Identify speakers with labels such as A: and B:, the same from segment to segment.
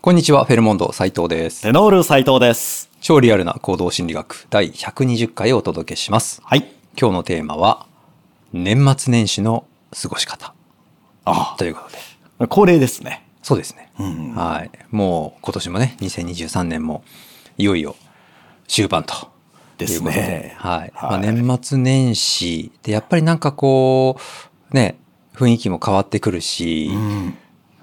A: こんにちは、フェルモンド斉藤です。
B: テノール斉藤です。
A: 超リアルな行動心理学第120回をお届けします。
B: はい。
A: 今日のテーマは、年末年始の過ごし方
B: あ
A: ということで。
B: あ、恒例ですね。
A: そうですね。
B: うん
A: はい。もう今年もね、2023年もいよいよ終盤と。
B: です
A: ということ
B: ね。
A: はい。まあ
B: はい
A: 年末年始ってやっぱりなんかこう、ね、雰囲気も変わってくるし、
B: うん。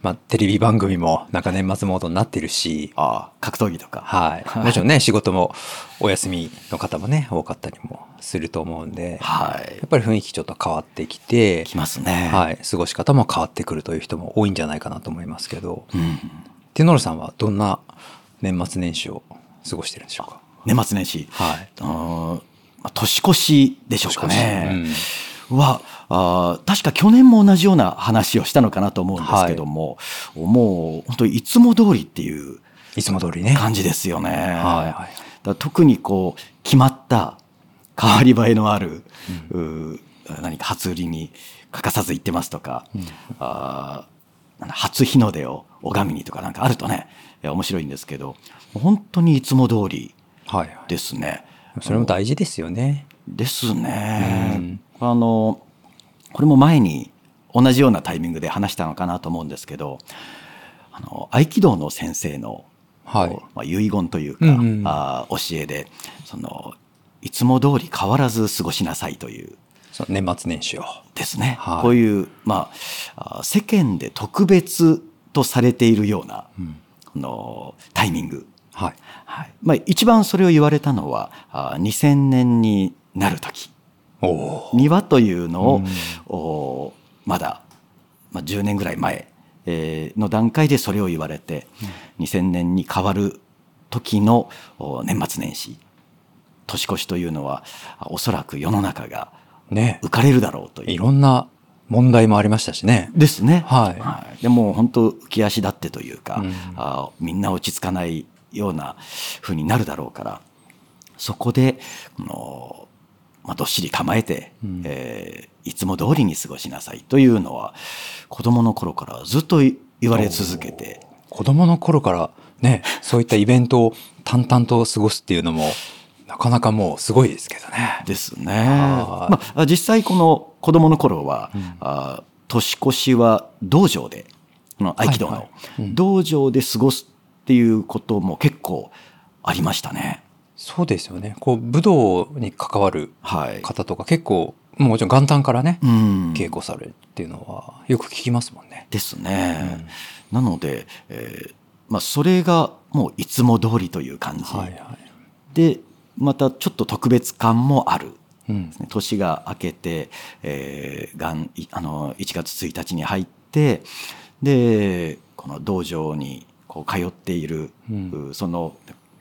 A: まあテレビ番組もなんか年末モードになってるし、
B: ああ、格闘技とか。
A: はい。もちろんね、仕事もお休みの方もね、多かったりもすると思うんで、や
B: はい
A: っ。ぱり雰囲気ちょっと変わってきて、
B: きますね。い。
A: はい。過ごし方も変わってくるという人も多いんじゃないかなと思いますけど、
B: うん。
A: テノールさんはどんな年末年始を過ごしてるんでしょうか
B: 年末年始。
A: はい。
B: あーまあ年越しでしょうかね。は、あー確か去年も同じような話をしたのかなと思うんですけども、もう本当いつも通りっていう
A: いつも通りね。
B: 感じですよね。
A: はいはい
B: だから特にこう決まった変わり映えのある、うー何か初売りに欠かさず行ってますとか、あーなんだ初日の出を拝みにとかなんかあるとねいや面白いんですけど本当にいつも通り
A: はいはい。
B: ですね。
A: それも大事ですよね。
B: ですね、
A: うん
B: あのこれも前に同じようなタイミングで話したのかなと思うんですけどあの合気道の先生の
A: はい。
B: まあ、遺言というか、
A: うんうん
B: あー教えでそのいつも通り変わらず過ごしなさいという
A: その年末年始を。
B: ですね、
A: はい
B: こういう、まあ、あー世間で特別とされているような、
A: うん
B: このタイミング、
A: はい。
B: はいまあ、一番それを言われたのはあー2000年になる時
A: おお。
B: にはというのを、
A: うん
B: おーまだ、まあ、10年ぐらい前、えーの段階でそれを言われて、2000年に変わる時のお年末年始年越しというのはあおそらく世の中が
A: ね。
B: 浮かれるだろうと
A: い
B: いう。
A: ろんな問題もありましたしね。
B: ですね。
A: はい
B: でも本当浮き足立ってというか、
A: うん
B: あみんな落ち着かないような風になるだろうからそこでこの、まあ、どっしり構えて、
A: うん
B: えーいつも通りに過ごしなさいというのは子供の頃からずっとい言われ続けて
A: 子供の頃からね、そういったイベントを淡々と過ごすっていうのも、なかなかもうすごいですけどね。
B: ですね。
A: はい
B: まあ、実際この子供の頃は、
A: うん
B: あ年越しは道場で、この合気道
A: はいは
B: の
A: いうん
B: 道場で過ごすっていうことも結構ありましたね。
A: そうですよね。こう、武道に関わる
B: はい。
A: 方とか結構、もうもちろん元旦からね、
B: うん
A: 稽古されるっていうのは、よく聞きますもんね。
B: ですね。なので、えーまあ、それがもういつも通りという感じ、
A: はいはい。
B: で、またちょっと特別感もある。
A: うん。
B: 年が明けて、えー、元いあの1月1日に入ってでこの道場にこう通っている、
A: うん
B: うその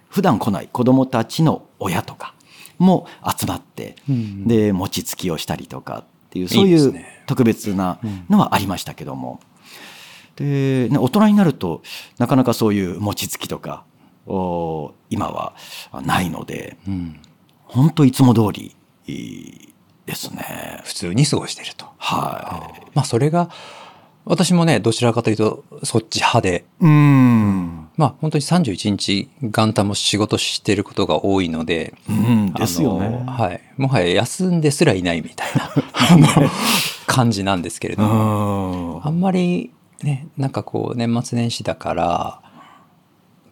B: 普段来ない子どもたちの親とかも集まって、
A: うん
B: で餅つきをしたりとかっていう
A: いい
B: そうい
A: です
B: う
A: ね
B: 特別なのはありましたけども。でね大人になるとなかなかそういう餅つきとかお今はあないので、
A: うん。
B: 本当いつも通りえーですね。
A: 普通に過ごしてると。
B: は
A: まあ、それが、私もね、どちらかというと、そっち派で、
B: い。うん。
A: まあ、本当に31日、元旦も仕事してることが多いので、
B: うん、ですよ
A: あ
B: ね
A: の。はい。もはや休んですらいないみたい なあの感じなんですけれども、
B: うん
A: あんまりね、なんかこう年末年始だから、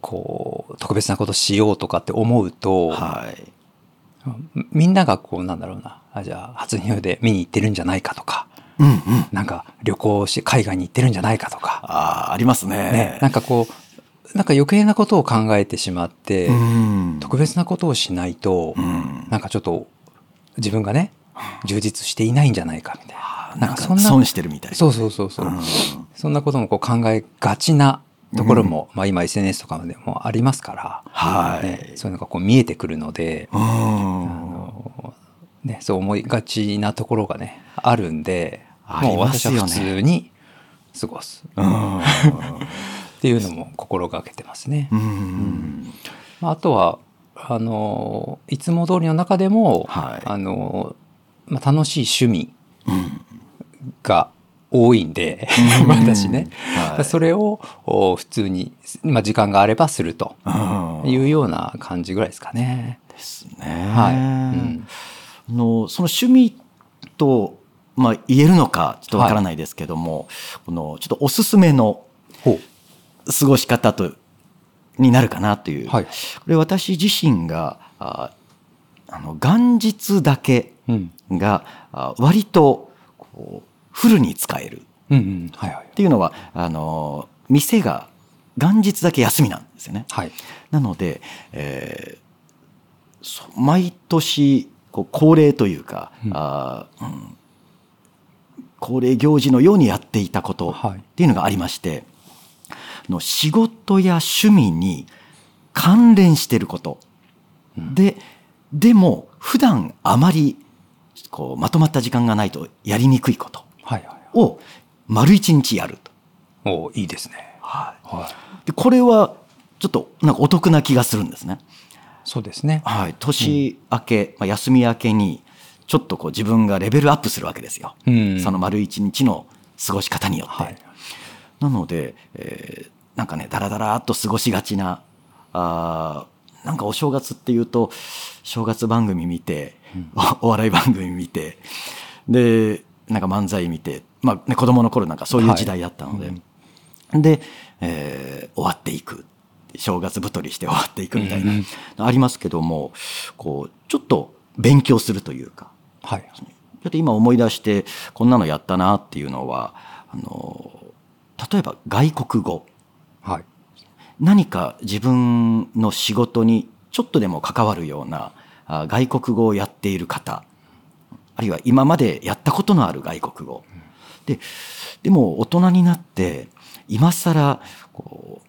A: こう、特別なことしようとかって思うと、
B: はい。
A: みんながこうなんだろうな、あじゃあ初日の出見に行ってるんじゃないかとか、
B: うんうん。
A: なんか旅行して海外に行ってるんじゃないかとか、
B: ああー、ありますね。
A: ね、なんかこう、なんか余計なことを考えてしまって、
B: うん。
A: 特別なことをしないと、
B: うん。
A: なんかちょっと自分がね充実していないんじゃないかみたいな。
B: あー
A: な
B: なんん
A: か
B: か
A: そんな
B: 損してるみたいな。
A: そうそうそうそう。
B: うん
A: そんなこともこう考えがちなところも、まあ今 SNS とかでもありますから、
B: はい
A: ね、そういうのがこう見えてくるので、
B: う
A: あ
B: ん。
A: のね、そう思いがちなところがねあるんで、
B: あ
A: も
B: り
A: う
B: ま
A: 私
B: す
A: は
B: よね
A: 普通に過ごす
B: うん
A: っていうのも心がけてますね。
B: うん。
A: まあ、あとはあのいつも通りの中でも、
B: はい
A: あのまあ、楽しい趣味が多いんで、
B: うん
A: 私ね。
B: はい
A: それをお普通に、まあ、時間があればすると
B: うん
A: いうような感じぐらいですかね。
B: ですね。
A: はいうん
B: あのその趣味と、まあ、言えるのかちょっとわからないですけども、このちょっとおすすめの
A: ほ
B: 過ごし方とになるかなというう、
A: はい
B: こ。れ私自身がああの元日だけ
A: うん。
B: があ割とこうフルに使えるっ
A: うんうん。はいはい。
B: ていうのはあの店が元日だけ休みなんですよね。
A: はい。
B: なので、えーそ毎年こう恒例というか、
A: うん
B: あーうん恒例行事のようにやっていたこと
A: はい
B: っていうのがありまして、あの仕事や趣味に関連していること、
A: うん
B: ででも普段あまりこうまとまった時間がないとやりにくいこと
A: はいは
B: を丸一日やると。
A: い。おーいいですね。はい。
B: でこれはちょっとなんかお得な気がするんですね。
A: そうですね。
B: はい、年明け、まあ、休み明けにちょっとこう自分がレベルアップするわけですよ、
A: うん。
B: その丸一日の過ごし方によって、
A: はい。
B: なので、えーなんかねダラダラっと過ごしがちなあーなんかお正月っていうと正月番組見て、おお 笑い番組見てでなんか漫才見て、まあね、子供の頃なんかそういう時代だったので、
A: はい
B: で、えー終わっていく正月太りして終わっていくみたいな、
A: うんうん
B: ありますけどもこうちょっと勉強するというか
A: はい。
B: ちょっと今思い出してこんなのやったなっていうのはあの例えば外国語
A: はい。
B: 何か自分の仕事にちょっとでも関わるようなあ外国語をやっている方あるいは今までやったことのある外国語ででも大人になって今更こう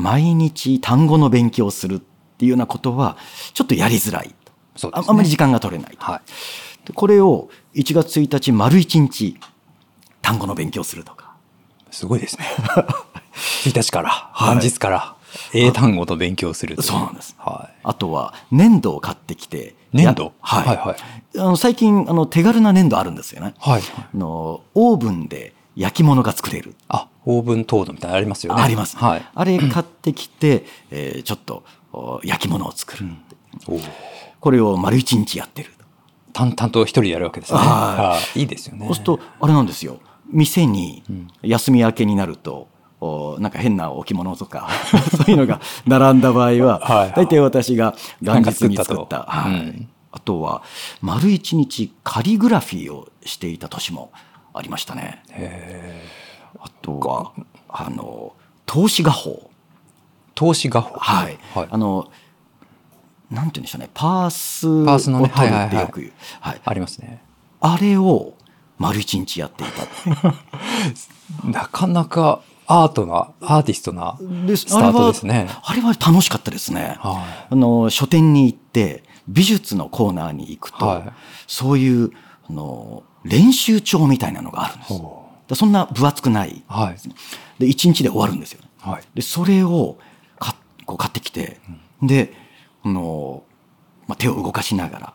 B: 毎日単語の勉強をするっていうようなことはちょっとやりづらいと
A: そうです
B: あ
A: ね。
B: あんまり時間が取れないと
A: はい。
B: でこれを1月1日丸1日単語の勉強するとか
A: すごい ですね。1日から、元日から、英単語と勉強するとい
B: そうなんです
A: は
B: あとは粘土を買ってきて
A: い。粘土
B: やはい、
A: はいはい。
B: あの最近あの手軽な粘土あるんですよね
A: はい。
B: あのオーブンで焼き物が作れる
A: あ、オーブントードみたいなのありますよね。
B: あります、
A: はい。
B: あれ買ってきて、えーちょっとお焼き物を作る、
A: おー
B: これを丸1日やってると
A: 淡々と一人でやるわけですね。
B: は
A: はい。いいですよね。
B: そうするとあれなんですよ店に休み明けになると、おなんか変な置物とか そういうのが並んだ場合
A: はいは
B: はい大体私が元日に
A: なんか
B: 作
A: 作
B: っ
A: った
B: た
A: と
B: はい
A: うん
B: あとは丸一日カリグラフィーをしていた年もありましたね。あとはあの投資画法
A: 投資画法。
B: はい、
A: はい
B: あ。のなんて言うんでしょうねパースを
A: パースのね
B: 取るって
A: はいはいはい
B: よく言う、はい
A: ありますね。
B: あれを丸一日やっていた
A: なかなかアートな、アーティストな
B: で
A: スタートですね。
B: あれはあれは楽しかったですね。
A: は
B: あの書店に行って美術のコーナーに行くと、
A: はい
B: そういうあの練習帳みたいなのがあるんで
A: い。
B: す。
A: ほ
B: だそんな分厚くない。
A: うはい。
B: で一日で終わるんですよ。
A: はい。
B: でそれをかこう買ってきて、であのまあ手を動かしながら、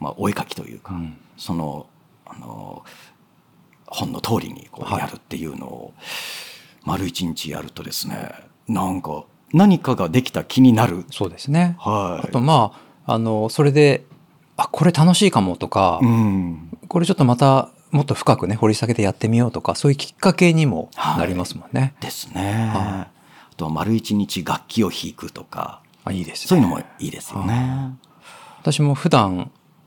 B: まあお絵描きというか、
A: うん
B: そのあの本の通りにこう
A: はい
B: やるっていうのを、丸一日やるとですねなんか何かができた気になる
A: そうですね。
B: は
A: あと、まあ、あの、それで、あ、これ楽しいかもとか、
B: うん
A: これちょっとまた、もっと深くね、掘り下げてやってみようとか、そういうきっかけにもなりますもんね。
B: ですね、
A: は
B: あとは丸一日楽器を弾くとか
A: あいいですね。
B: そういうのもいいですよね、
A: 私も普段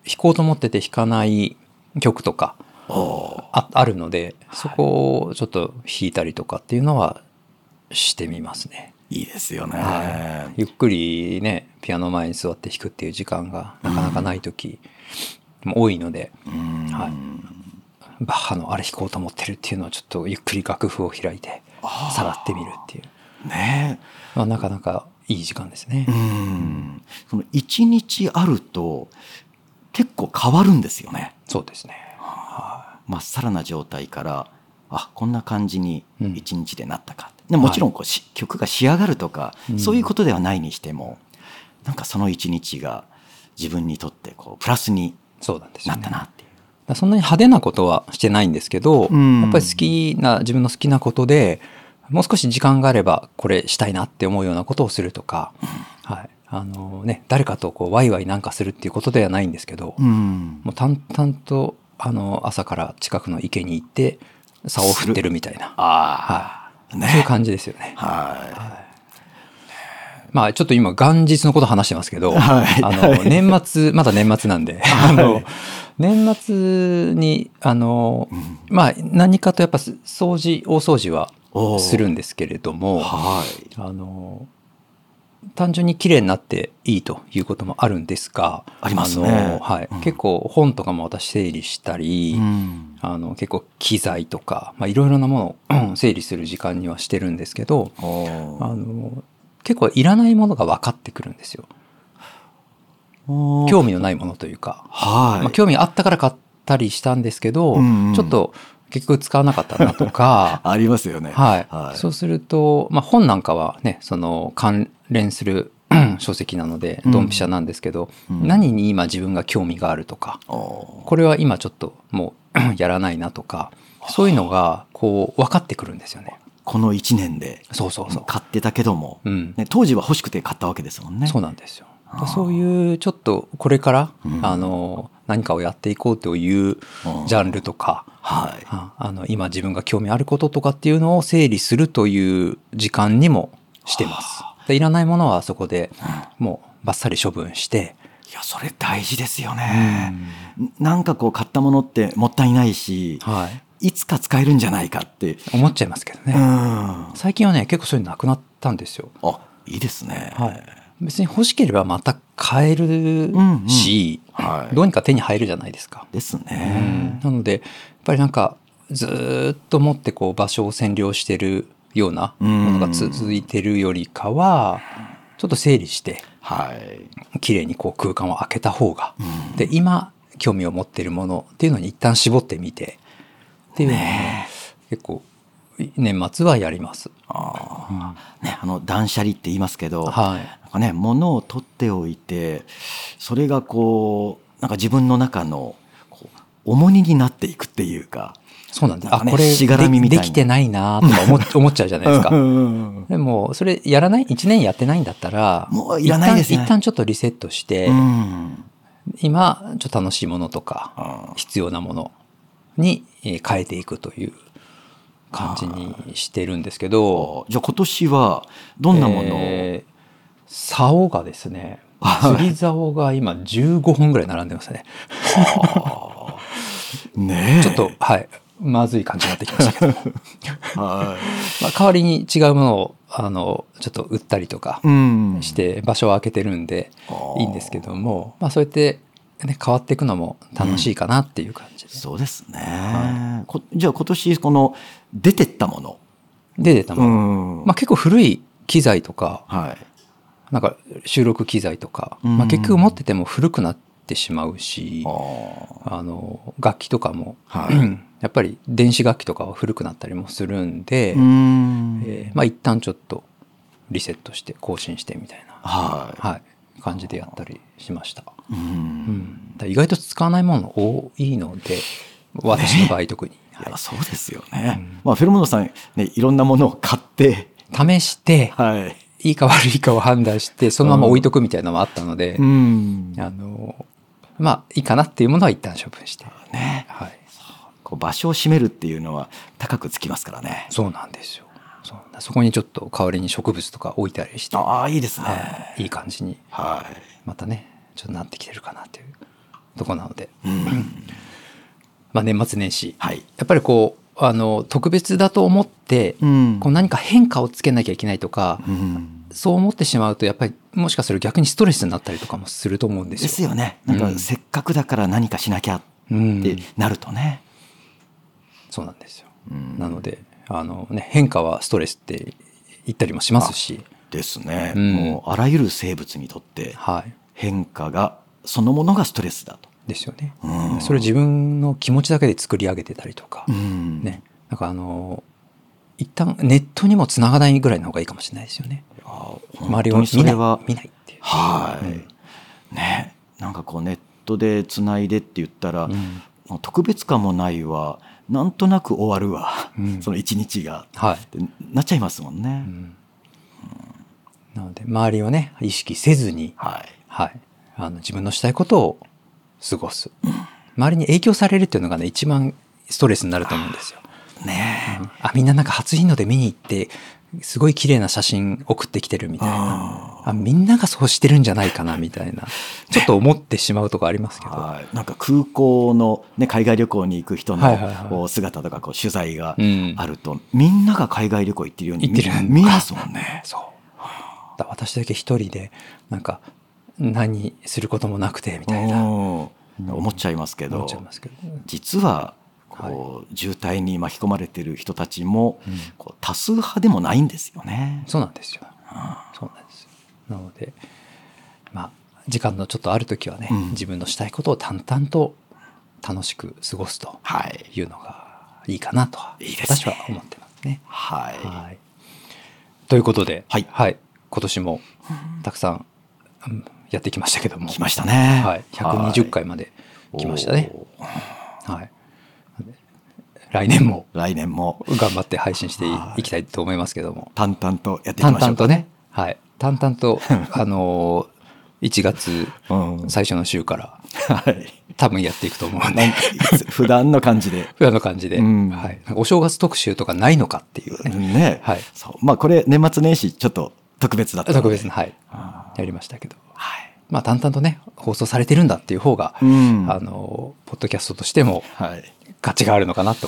A: 弾こうと思ってて弾かない曲とか
B: おー
A: ああるので、そこをちょっと弾いたりとかっていうのはしてみますね。
B: いいですよね、
A: はいゆっくりねピアノ前に座って弾くっていう時間がなかなかない時も多いので、
B: うん
A: はいバッハのあれ弾こうと思ってるっていうのはちょっとゆっくり楽譜を開いて
B: あー
A: さらってみるっていう、
B: ね
A: まあ、なかなかいい時間ですね
B: えう。んその一日あると結構変わるんですよね
A: そうですね。
B: まっさらな状態からあこんな感じに
A: うん
B: 一日でなったか、でもちろんこう、し曲が仕上がるとか、
A: うん
B: そういうことではないにしてもなんかその一日が自分にとってこうプラスに
A: そうなんです
B: な
A: よ
B: っ
A: ね
B: た。なっていう、
A: らそんなに派手なことはしてないんですけど、
B: うん
A: やっぱり好きな自分の好きなことでもう少し時間があればこれしたいなって思うようなことをするとか、はいあのね、誰かとこうワイワイなんかするっていうことではないんですけど、
B: うん
A: もう淡々とあの朝から近くの池に行って竿を振ってるみたいな、
B: ああ、
A: そういう
B: ね。
A: 感じですよね。
B: は
A: まあちょっと今元日のこと話してますけど、
B: はい
A: あ
B: は
A: の
B: い。
A: 年末まだ年末なんで、あの年末にあの、まあ何かとやっぱ掃除大掃除はい
B: おー
A: する。んですけれども、
B: はい。
A: あの単純に綺麗になっていいということもあるんですが、
B: ありますね
A: あのはい、
B: うん
A: 結構本とかも私整理したり。
B: うん
A: あの結構機材とかまあいろいろなものを整理する時間にはしてるんですけど
B: お
A: あ
B: ー
A: の結構いらないものが分かってくるんですよ
B: おー
A: 興味のないものというか、
B: はい。
A: まあ、興味あったから買ったりしたんですけど、
B: うんうん
A: ちょっと結局使わなかったなとか、
B: ありますよね。
A: はい
B: はい
A: そうすると、まあ、本なんかはねその関連する 書籍なのでドンピシャなんですけど、
B: うん
A: 何に今自分が興味があるとか
B: おー
A: これは今ちょっともう やらないなとかそういうのがこう分かってくるんですよね。
B: この1年で
A: そうそうそう。
B: 買ってたけども、
A: うん、
B: ね、当時は欲しくて買ったわけですもんね。
A: そうなんですよ
B: あー。
A: そういうちょっとこれから、
B: うん
A: あの何かをやっていこうという
B: うん
A: ジャンルとか、
B: はい。
A: ああの今自分が興味あることとかっていうのを整理するという時間にもしてます。でいらないものはそこでもうバッサリ処分して、
B: いや、それ大事ですよね。なんかこう買ったものってもったいないし、
A: はい、
B: いつか使えるんじゃないかって。
A: 思っちゃいますけど
B: う
A: ね、
B: ん。あ、
A: 最近はね結構そういうのなくなったんですよ。
B: いいですね。
A: はい、別に欲しければまた買える
B: んうん
A: し、
B: はい
A: どうにか手に入るじゃないですか。
B: です
A: うん
B: ね。
A: なのでやっぱりなんかずーっと持ってこう場所を占領してるようなものが続いてるよりかはちょっと整理して
B: はい。
A: 綺麗にこう空間を空けた方がで今興味を持ってるものっていうのに一旦絞ってみてっていうのをね結構年末はやります。
B: あーね、あの断捨離って言いますけど、
A: はい
B: なんかね、物を取っておいて、それがこう、なんか自分の中の、こう、重荷になっていくっていうか。
A: そうなんです。あ、
B: なんかね
A: これ
B: しがらみみ
A: で
B: たい
A: でき
B: な
A: てないなーとか思っ思っちゃうじゃないです か
B: う。んうんうん
A: でもそれやらない1年やってないんだったら
B: もういらないですね
A: 一旦一旦ちょっとリセットして、
B: うん
A: 今ちょっと楽しいものと
B: う
A: か
B: ん
A: 必要なものにえー変えていくという感じにしてるんですけど
B: じゃあ今年はどんなものを、
A: えー竿がですね
B: はい
A: 釣り竿が今15本ぐらい並んでますね
B: ねえ
A: ちょっとはいまずい感じになってきましたけど、
B: はい
A: まあ、代わりに違うものをあのちょっと売ったりとか
B: うん
A: して場所を空けてるんでいいんですけども、まあ、そうやって、ね、変わっていくのも楽しいかなっていう感じです、
B: そうですね、こじゃあ今年この出てったもの、
A: で出たもの、
B: ん
A: まあ、結構古い機材とか
B: はい
A: なんか収録機材とか、
B: うん
A: まあ、結局持ってても古くなってしまうし
B: あ、ー
A: あの楽器とかも、
B: はい
A: やっぱり電子楽器とかは古くなったりもするんで、
B: うん
A: えーまあ一旦ちょっとリセットして更新してみたいな、
B: はい、
A: はい、感じでやったりしました。
B: う
A: うんん、だから意外と使わないもの多いので私の場合特に、
B: い
A: は
B: やそうですよね、
A: うん
B: まあフェロモノさんねいろんなものを買って
A: い試して
B: はい
A: いいか悪いかを判断してそのまま置いとくみたいなのもあったので、
B: ん
A: あのまあいいかなっていうものは一旦処分して、
B: ね
A: はい、
B: こう場所を占めるっていうのは高くつきますからね
A: そうなんですよそうそこにちょっと代わりに植物とか置いたりして、は
B: ああいいですね
A: い、いい感じに
B: はい
A: またねちょっとなってきてるかなというとこなので、
B: うん
A: まあ、年末年始
B: はい。
A: やっぱりこうあの特別だと思って、
B: ん
A: こう何か変化をつけなきゃいけないとか、
B: うん。
A: そう思ってしまうとやっぱりもしかすると逆にストレスになったりとかもすると思うんですよ。
B: ですよね。
A: う
B: なんんかせっかくだから何かしなきゃっ
A: うん
B: てなるとね。
A: そうなんですよ。
B: うん
A: なのであの、ね、変化はストレスって言ったりもしますし、
B: ですね。
A: うん
B: もうあらゆる生物にとって
A: はい、
B: 変化がそのものがストレスだと。
A: ですよね。
B: うん
A: それを自分の気持ちだけで作り上げてたりとか、
B: ん
A: ね、なんかあの一旦ネットにもつながないぐらいの方がいいかもしれないですよね。
B: あ
A: 周
B: 本
A: り
B: 当
A: を
B: に
A: 見
B: そ
A: な
B: れ
A: い
B: は。
A: 見ないっていう。
B: は
A: うん
B: い。ね。なんかこうネットでつないでって言ったら、
A: うん
B: 特別感もないわなんとなく終わるわ、
A: うん
B: その一日が
A: はい
B: ってなっちゃいますもんね。
A: うんなので周りをね意識せずに、
B: はい
A: はい、あの自分のしたいことを過ごす周りに影響されるっていうのがね一番ストレスになると思うんですよ。
B: ね
A: あみんななんか初日の出見に行ってすごい綺麗な写真送ってきてるみ
B: え、
A: たいな
B: あ
A: あみんながそうしてるんじゃないかなみたいなちょっと思ってしまうとこありますけ
B: ー
A: ど。
B: はい、なんか空港の、ね、海外旅行に行く人
A: はいはいはい
B: のこう姿とかこう取材が
A: うん
B: あると、みんなが海外旅行行ってるように
A: 行ってる
B: み見えますもんね。
A: そうだ私だけ一人でなんか何することもなくてみたいな
B: うん思っちゃいますけ
A: 思
B: ど
A: っちゃいますけど。
B: 実はこう渋滞に巻き込まれてる人たちも、こう多数派でもないんですよね。
A: そうなんですよ。そうなんですよなので、まあ、時間のちょっとある時はね、
B: うん
A: 自分のしたいことを淡々と楽しく過ごすと
B: はい、
A: いうのがいいかなとはい
B: いですね
A: 私は思ってますね。
B: はい
A: はい、ということで、
B: はい
A: 今年もたくさん、うんやってきましたけども、
B: 来ましたね。
A: はい、120回まで来ましたね。
B: おー。
A: はい、来年も
B: 来年も
A: 頑張って配信してい
B: はい
A: いきたいと思いますけども。
B: 淡々とやっていき
A: 淡
B: ましょ
A: 々
B: うか
A: と。ね、はい、淡々 と、あのー、1月
B: うん
A: 最初の週から
B: はい。
A: 多分やっていくと思うん
B: なん
A: で、
B: か普段の感じで。
A: 普段の感じで、
B: うん
A: はい、なんかお正月特集とかないのかっていうね、
B: ね。
A: はい
B: そう。まあこれ年末年始ちょっと特別だったので。
A: 特別な、はい、
B: あ
A: やりましたけど、
B: ー。はい。
A: まあ、淡々とね、放送されてるんだっていう方が、
B: うん
A: あのー、ポッドキャストとしても
B: はい。
A: 価値があるのかなと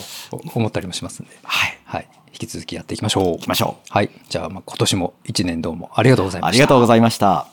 A: 思ったりもしますんで、
B: はい。
A: はい、引き続きやっていきましょう
B: 行き。ましょ。
A: はい、じゃあ、まあ今年も一年どうもありがとうございうま
B: あ
A: し
B: り
A: た
B: が。とうございました。